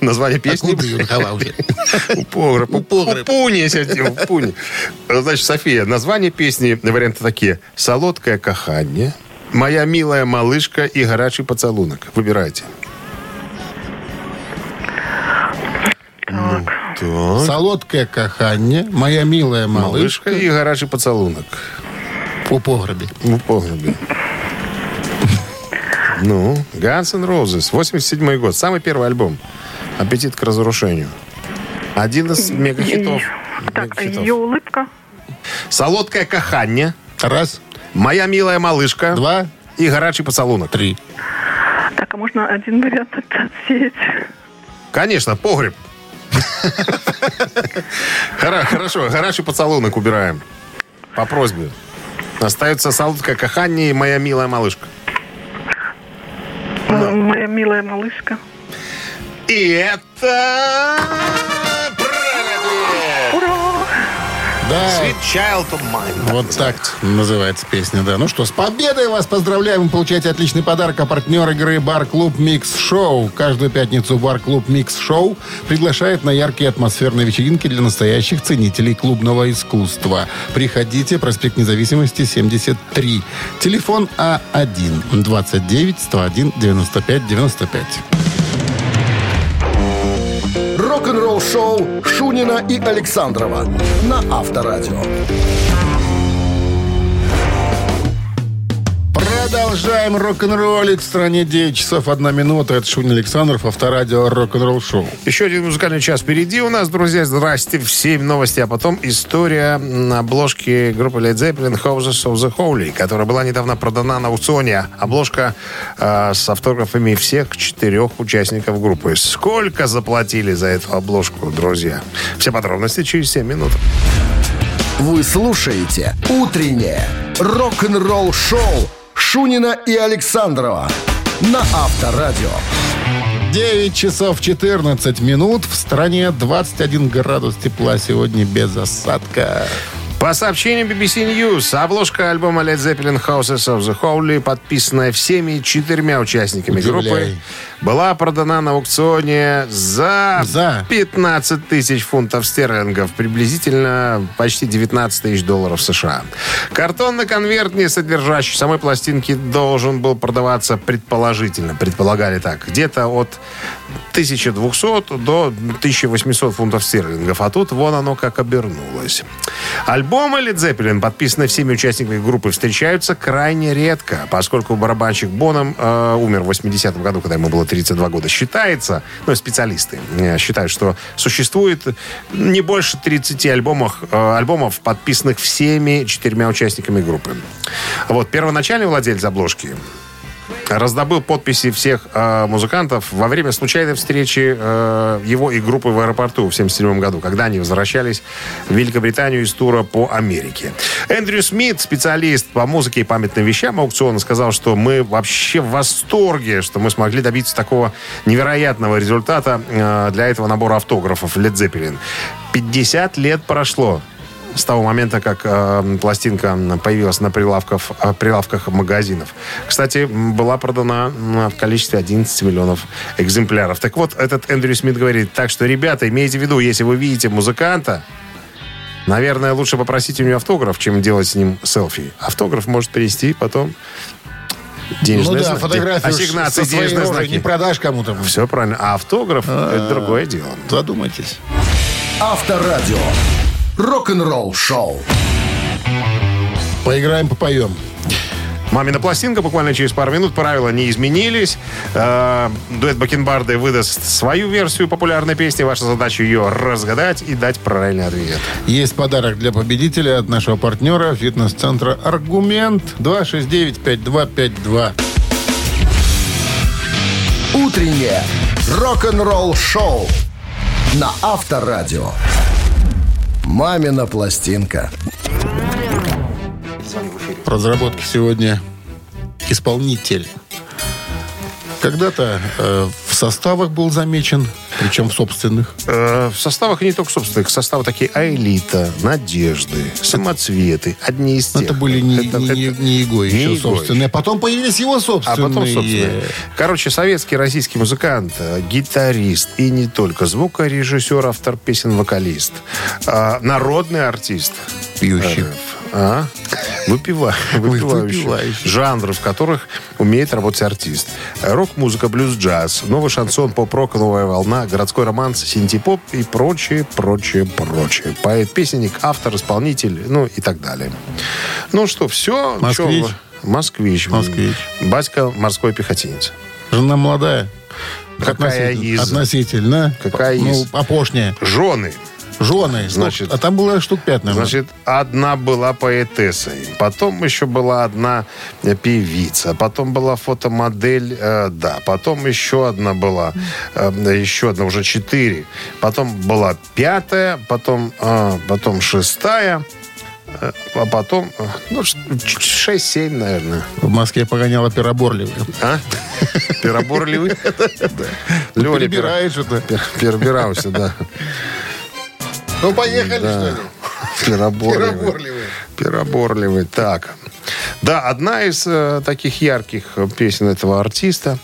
C: Название песни
B: хавался.
C: у погреб, у
B: погреб.
C: погреб. У пуні сядзі, у пуні. Значит, София, название песни, варианты такие. «Солодкое каханне», «Моя милая малышка» и «Горячий поцелунок». Выбирайте. Ну, так.
B: Солодкое каханье, моя милая малышка
C: Малышка и «Горячий поцелунок».
B: у погребе.
C: У погребе. Ну, Guns N' Roses, 87 год, самый первый альбом. «Аппетит к разрушению». Один из мегахитов.
G: Так,
C: Мегахитов.
G: ее улыбка.
C: Солодкое каханье.
B: Раз,
C: Моя милая малышка.
B: два,
C: И горячий поцелунок.
B: три.
G: Так, а можно один вариант отсеять?
C: Конечно, погреб. Хоро- Хорошо, горячий поцелунок убираем. По просьбе. Остается солодкое каханье и моя милая малышка.
G: М, Моя милая малышка.
C: И это... правильный ответ.
B: Да,
C: Sweet Child of Mine.
B: вот так называется песня, да. Ну что, с победой вас поздравляем. Вы получаете отличный подарок. А партнер игры «Бар-клуб Микс Шоу». Каждую пятницу «Бар-клуб Микс Шоу» приглашает на яркие атмосферные вечеринки для настоящих ценителей клубного искусства. Приходите, проспект Независимости, 73. Телефон А А1 29 101 95 95.
A: Рок-н-ролл-шоу Шунина и Александрова на Авторадио.
B: Продолжаем рок-н-роллить в стране 9 часов 1 минута. Это Шунин Александров, авторадио рок-н-ролл шоу.
C: Еще один музыкальный час впереди у нас, друзья. Здрасте, в 7 новости, а потом история на обложке группы Led Zeppelin Houses of the Holy, которая была недавно продана на аукционе. Обложка э, с автографами всех четырех участников группы. Сколько заплатили за эту обложку, друзья? Все подробности через 7 минут.
A: Вы слушаете «Утреннее рок-н-ролл-шоу» Шунина и Александрова на Авторадио.
B: 9 часов 14 минут. В стране 21 градус тепла сегодня без осадка.
C: По сообщению BBC News, обложка альбома Led Zeppelin Houses of the Holy, подписанная всеми четырьмя участниками
B: Удивляй.
C: группы, была продана на аукционе за,
B: За.
C: 15 тысяч фунтов стерлингов, приблизительно почти 19 тысяч долларов США. Картонно-конверт, не содержащий самой пластинки, должен был продаваться предположительно, предполагали так, где-то от 1200 до 1800 фунтов стерлингов. А тут вон оно как обернулось. Альбомы Led Zeppelin, подписанные всеми участниками группы, встречаются крайне редко, поскольку барабанщик Боном э, умер в 80-м году, когда ему было 32 года. Считается, ну, специалисты э, считают, что существует не больше 30 альбомов, э, альбомов подписанных всеми четырьмя участниками группы. Вот, первоначальный владелец обложки раздобыл подписи всех э, музыкантов во время случайной встречи э, его и группы в аэропорту в 1977 году, когда они возвращались в Великобританию из тура по Америке. Эндрю Смит, специалист по музыке и памятным вещам аукциона, сказал, что мы вообще в восторге, что мы смогли добиться такого невероятного результата э, для этого набора автографов Led Zeppelin. 50 лет прошло с того момента, как э, пластинка появилась на прилавках, э, прилавках магазинов. Кстати, м, была продана м, в количестве 11 миллионов экземпляров. Так вот, этот Эндрю Смит говорит, так что, ребята, имейте в виду, если вы видите музыканта, наверное, лучше попросить у него автограф, чем делать с ним селфи. Автограф может принести потом денежные
B: Ну да,
C: знаки.
B: фотографию ж
C: Ассигнации,
B: со своей
C: денежные
B: рожей
C: знаки.
B: не продашь кому-то.
C: Все правильно. А автограф это другое дело.
B: Задумайтесь.
A: Авторадио. Рок-н-ролл шоу.
B: Поиграем, попоем.
C: Мамина пластинка буквально через пару минут. Правила не изменились. Э, Дуэт Бакенбарды выдаст свою версию популярной песни. Ваша задача ее разгадать и дать правильный ответ.
B: Есть подарок для победителя от нашего партнера фитнес-центра «Аргумент» 269-5252.
A: Утреннее рок-н-ролл шоу на Авторадио. Мамина пластинка.
B: В разработке сегодня исполнитель. Когда-то э, в составах был замечен, причем в собственных.
C: Э, В составах и не только собственных. Составы такие «Аэлита», «Надежды», «Самоцветы». Одни из
B: Но
C: тех.
B: Ну, это были не,
C: Это-
B: не,
C: это-
B: не- не его
C: Не
B: еще
C: Егой.
B: собственные. Потом появились его
C: А
B: собственные.
C: потом, собственно, короче, советский российский музыкант, э, гитарист и не только, звукорежиссер, автор песен, вокалист, э, народный артист.
B: Пьющий.
C: РФ. А? Выпива- Выпивающий.
B: выпивающий.
C: Жанры, в которых умеет работать артист. Э, Рок-музыка, блюз-джаз, новый шансон, поп-рок, новая волна, городской романс, синтепоп и прочее, прочее, прочее. Поэт, песенник, автор, исполнитель, ну и так далее. Ну что, все.
B: Москвич.
C: Москвич.
B: Москвич.
C: Баська морской пехотинец.
B: Жена молодая.
C: Какая
B: Относительно-
C: из?
B: Относительно.
C: Какая
B: ну,
C: из?
B: опошняя.
C: Жены.
B: Жены.
C: Значит-
B: Значит, а там было штук пять, наверное.
C: Значит, одна была поэтессой, потом еще была одна э, певица, потом была фотомодель, э, да, потом еще одна была, э, еще одна, уже четыре, потом была пятая, потом, э, потом шестая, э, а потом, э, ну, ш- ч- шесть-семь, наверное.
B: в Москве погоняла переборливая.
C: А? Пироборливый? Лёля Пиро-
B: Перебираешь это.
C: Пир- Пирбирауся, да.
B: Ну, поехали, что ли?
C: Пироборливый.
B: Переборливые.
C: Пироборливый. Так. Да, одна из э, таких ярких э, песен этого артиста.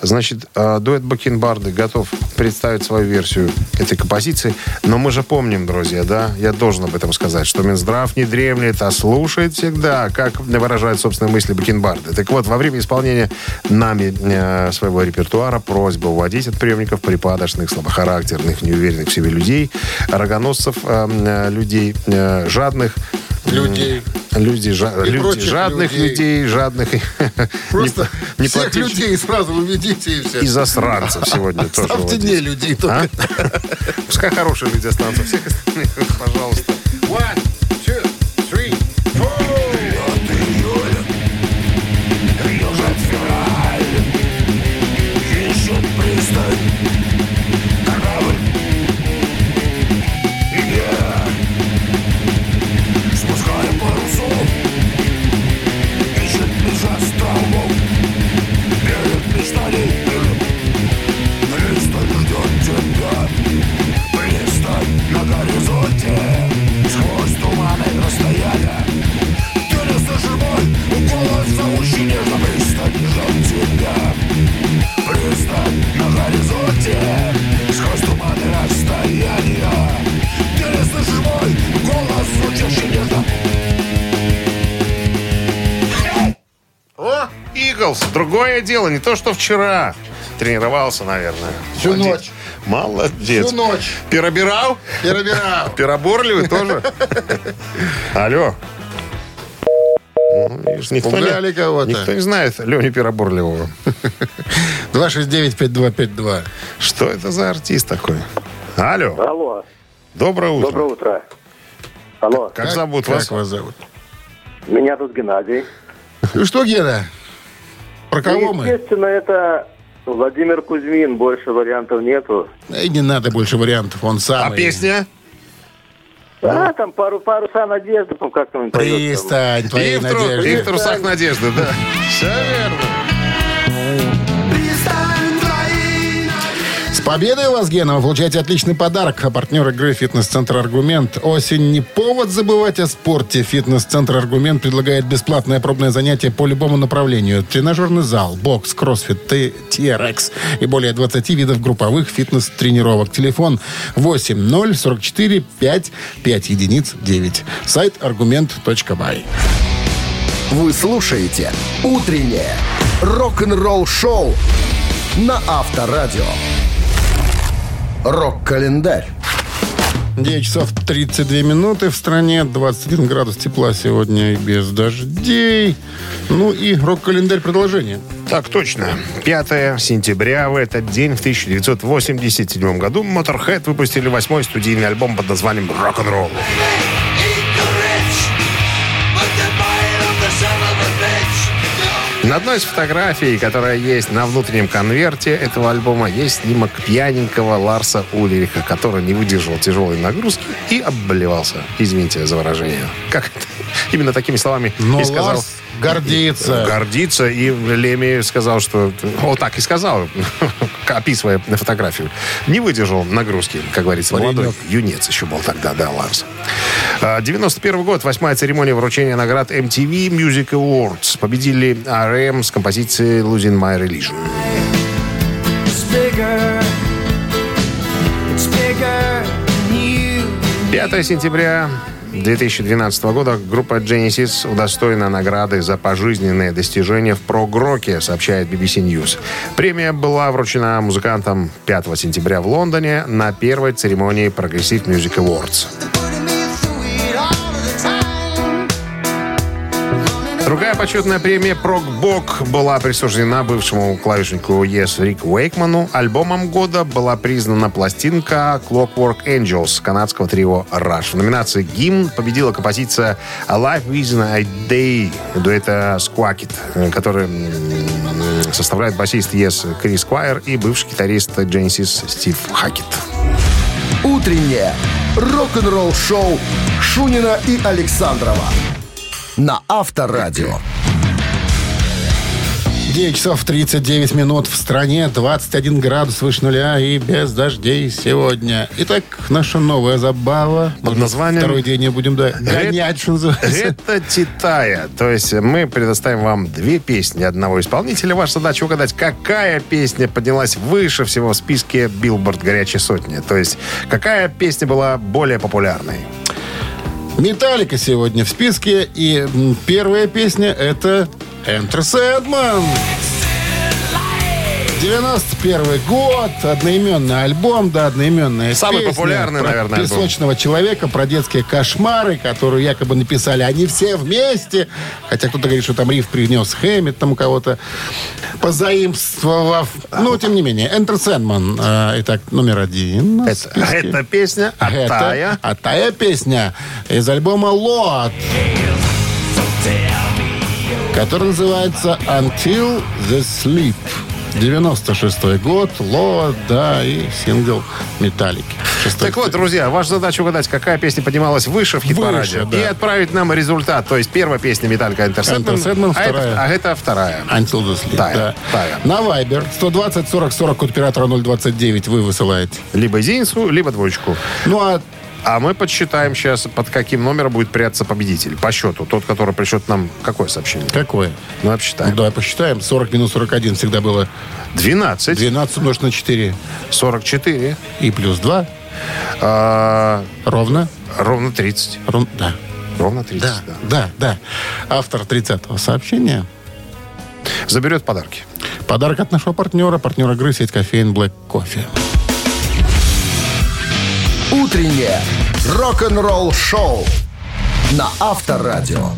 C: Значит, э, дуэт Бакенбарды готов представить свою версию этой композиции. Но мы же помним, друзья, да, я должен об этом сказать, что Минздрав не дремлет, а слушает всегда, как выражают собственные мысли Бакенбарды. Так вот, во время исполнения нами э, своего репертуара просьба уводить от приемников припадочных, слабохарактерных, неуверенных в себе людей, рогоносцев, э, э, людей э, жадных,
B: Людей.
C: Люди, жа-
B: И
C: люди
B: прочих
C: жадных людей,
B: людей.
C: жадных и
B: Просто
C: не
B: всех
C: платящих.
B: людей сразу уведите и все.
C: и засранцев сегодня тоже.
B: Там в
C: вот.
B: тени людей только.
C: А? Пускай хорошие люди останутся. Всех остальных, пожалуйста. One, two, three,
H: тебя. Пристань на горизонте Сквозь туман
C: тренировался. Другое дело, не то, что вчера. Тренировался, наверное.
B: Всю
C: Молодец.
B: ночь.
C: Молодец.
B: Всю ночь.
C: Пиробирал?
B: Перебирал.
C: Пироборливый тоже? Алло. Ну, видишь, Никто
B: Пугали
C: не,
B: кого-то.
C: никто не знает Леню Пироборливого.
B: 269-5252.
C: Что это за артист такой? Алло.
D: Алло,
C: Доброе утро.
D: доброе утро. Алло,
C: Как, зовут
B: как
C: вас?
B: вас зовут?
D: меня тут Геннадий.
B: Ну что, Гена? Про кого
D: Ну,
B: мы?
D: Естественно, это Владимир Кузьмин, больше вариантов нету.
B: И не надо больше вариантов, он
C: А
B: сам.
C: песня?
B: Ну.
D: А, там пару, паруса надежды, по как там поёт там.
B: Пристань,
C: И
B: твоей
C: в, тру- и в
B: надежды.
C: трусах надежды, да. Все верно.
B: С победой вас, Гена! Вы получаете отличный подарок. А партнер игры «Фитнес-центр Аргумент». Осень не повод забывать о спорте. «Фитнес-центр Аргумент» предлагает бесплатное пробное занятие по любому направлению. Тренажерный зал, бокс, кроссфит, Т- TRX и более 20 видов групповых фитнес-тренировок. Телефон 8 044 5 5 единиц 9. Сайт аргумент.бай.
A: Вы слушаете «Утреннее рок-н-ролл-шоу» на Авторадио. Рок-календарь.
B: 9 часов 32 минуты в стране, 21 градус тепла сегодня и без дождей. Ну и рок-календарь продолжение.
C: Так точно. 5 сентября в этот день в 1987 году Motorhead выпустили восьмой студийный альбом под названием «Рок-н-ролл». На одной из фотографий, которая есть на внутреннем конверте этого альбома, есть снимок пьяненького Ларса Ульриха, который не выдержал тяжелой нагрузки и обливался. Извините за выражение. Как это? Именно такими словами
B: Но
C: и сказал.
B: Ларс гордится.
C: Гордится. И Леми сказал, что... Вот так и сказал, описывая на фотографию. Не выдержал нагрузки, как говорится, молодой. Юнец еще был тогда, да, Ларс. А, 91 год, восьмая церемония вручения наград MTV Music Awards. Победили RM с композицией Losing My Religion.
H: It's bigger. It's bigger than you.
C: 5 сентября 2012 года группа Genesis удостоена награды за пожизненные достижения в прогроке, сообщает BBC News. Премия была вручена музыкантам 5 сентября в Лондоне на первой церемонии Progressive Music Awards. Другая почетная премия «Прокбок» была присуждена бывшему клавишнику Yes Рик Уэйкману. Альбомом года была признана пластинка «Clockwork Angels» канадского трио «Rush». В номинации «Гимн» победила композиция «Alive with a Day» дуэта «Squacket», э, который м, составляет басист Yes Крис Квайер и бывший гитарист Genesis Стив Хакет.
A: Утреннее рок-н-ролл-шоу Шунина и Александрова на Авторадио.
B: 9 часов 39 минут в стране, 21 градус выше нуля и без дождей сегодня. Итак, наша новая забава.
C: Под названием-
B: Второй день не будем да, гонять, что называется.
C: Это Титая. То есть мы предоставим вам две песни одного исполнителя. Ваша задача угадать, какая песня поднялась выше всего в списке Билборд Горячей Сотни. То есть какая песня была более популярной.
B: Металлика сегодня в списке. И м, первая песня это Enter Sandman. 91 год, одноименный альбом, да, одноименная
C: Самый
B: песня
C: популярный,
B: про
C: наверное, альбом.
B: песочного человека, про детские кошмары, которые якобы написали они все вместе. Хотя кто-то говорит, что там риф принес Хэммит, там у кого-то позаимствовав. Ну, тем не менее, Enter Sandman, э, итак, номер один. на
C: Это,
B: списке.
C: это песня а
B: Это
C: Атая.
B: «Атая» песня из альбома «Лот», который называется «Until the Sleep». 96 год, «Лот», да, и сингл «Металлики». Шестой.
C: Так вот, друзья, ваша задача угадать, какая песня поднималась выше в хит-параде.
B: Выше, да.
C: И отправить нам результат. То есть первая песня Металлика Enter
B: Enter
C: Sandman,
B: Sandman,
C: а,
B: вторая.
C: это, а это вторая.
B: Until the Sleep,
C: Тая,
B: да.
C: тая.
B: На Viber 120 40 40 код оператора 029 вы высылаете.
C: Либо единицу, либо двоечку.
B: Ну а
C: А мы подсчитаем сейчас, под каким номером будет прятаться победитель. По счету. Тот, который пришлет нам какое сообщение?
B: какое?
C: Ну, обсчитаем.
B: Давай посчитаем. 40 минус 41 всегда было
C: 12,
B: 12 умножить на 4
C: 44,
B: и плюс 2
C: а,
B: ровно
C: ровно 30.
B: Рун- Да,
C: Ровно 30,
B: да,
C: да.
B: да, да. Автор 30-го сообщения
C: заберет подарки.
B: Подарок от нашего партнера, партнера игры сеть кофеин Black Кофе.
A: Утреннее рок-н-ролл-шоу на Авторадио.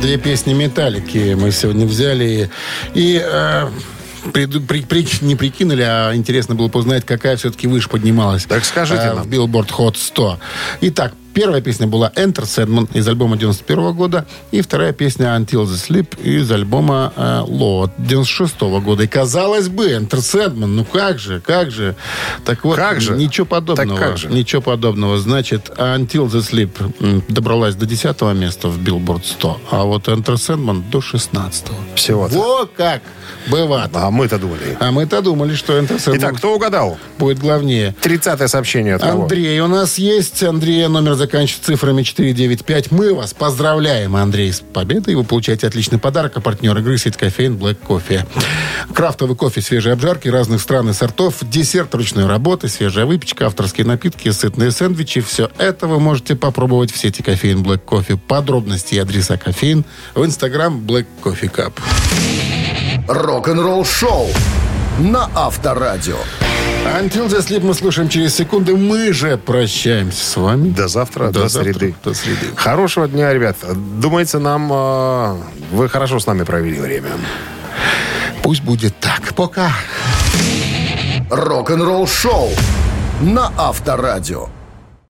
B: Две песни «Металлики» мы сегодня взяли и... и, э, приду- при- при- не прикинули, а интересно было бы узнать, какая все-таки выше поднималась. Э,
C: Так скажите нам.
B: В Billboard Hot 100. Итак, первая песня была Enter Sandman из альбома 91 года, и вторая песня Until the Sleep из альбома э, Load 96 года. И казалось бы, Enter Sandman, ну как же, как же. Так вот,
C: Как же?
B: ничего подобного.
C: Так как же?
B: Ничего подобного. Значит, Until the Sleep м, добралась до 10 места в Billboard 100, а вот Enter Sandman до 16
C: Всего-то.
B: Во как бывает.
C: А мы-то думали.
B: А мы-то думали, что Enter Sandman
C: Итак, кто угадал?
B: будет главнее.
C: 30 сообщение от кого?
B: Андрей у нас есть. Андрей, номер заканчивается цифрами 495. Мы вас поздравляем, Андрей, с победой. Вы получаете отличный подарок. А партнер игры сеть кофеин Black Кофе. Крафтовый кофе свежей обжарки разных стран и сортов, десерт ручной работы, свежая выпечка, авторские напитки, сытные сэндвичи. Все это вы можете попробовать в сети кофеин Black Кофе. Подробности и адреса кофеин в инстаграм Black Coffee Cup.
A: Рок-н-ролл-шоу на Авторадио.
B: Until the Sleep мы слушаем через секунды. Мы же прощаемся с вами.
C: До завтра, до,
B: До завтра,
C: среды.
B: до среды.
C: Хорошего дня, ребят. Думается, нам э, вы хорошо с нами провели время.
B: Пусть будет так. Пока.
A: Рок-н-ролл-шоу на Авторадио.